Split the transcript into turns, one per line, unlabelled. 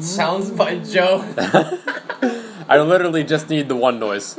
sounds by Joe.
I literally just need the one noise.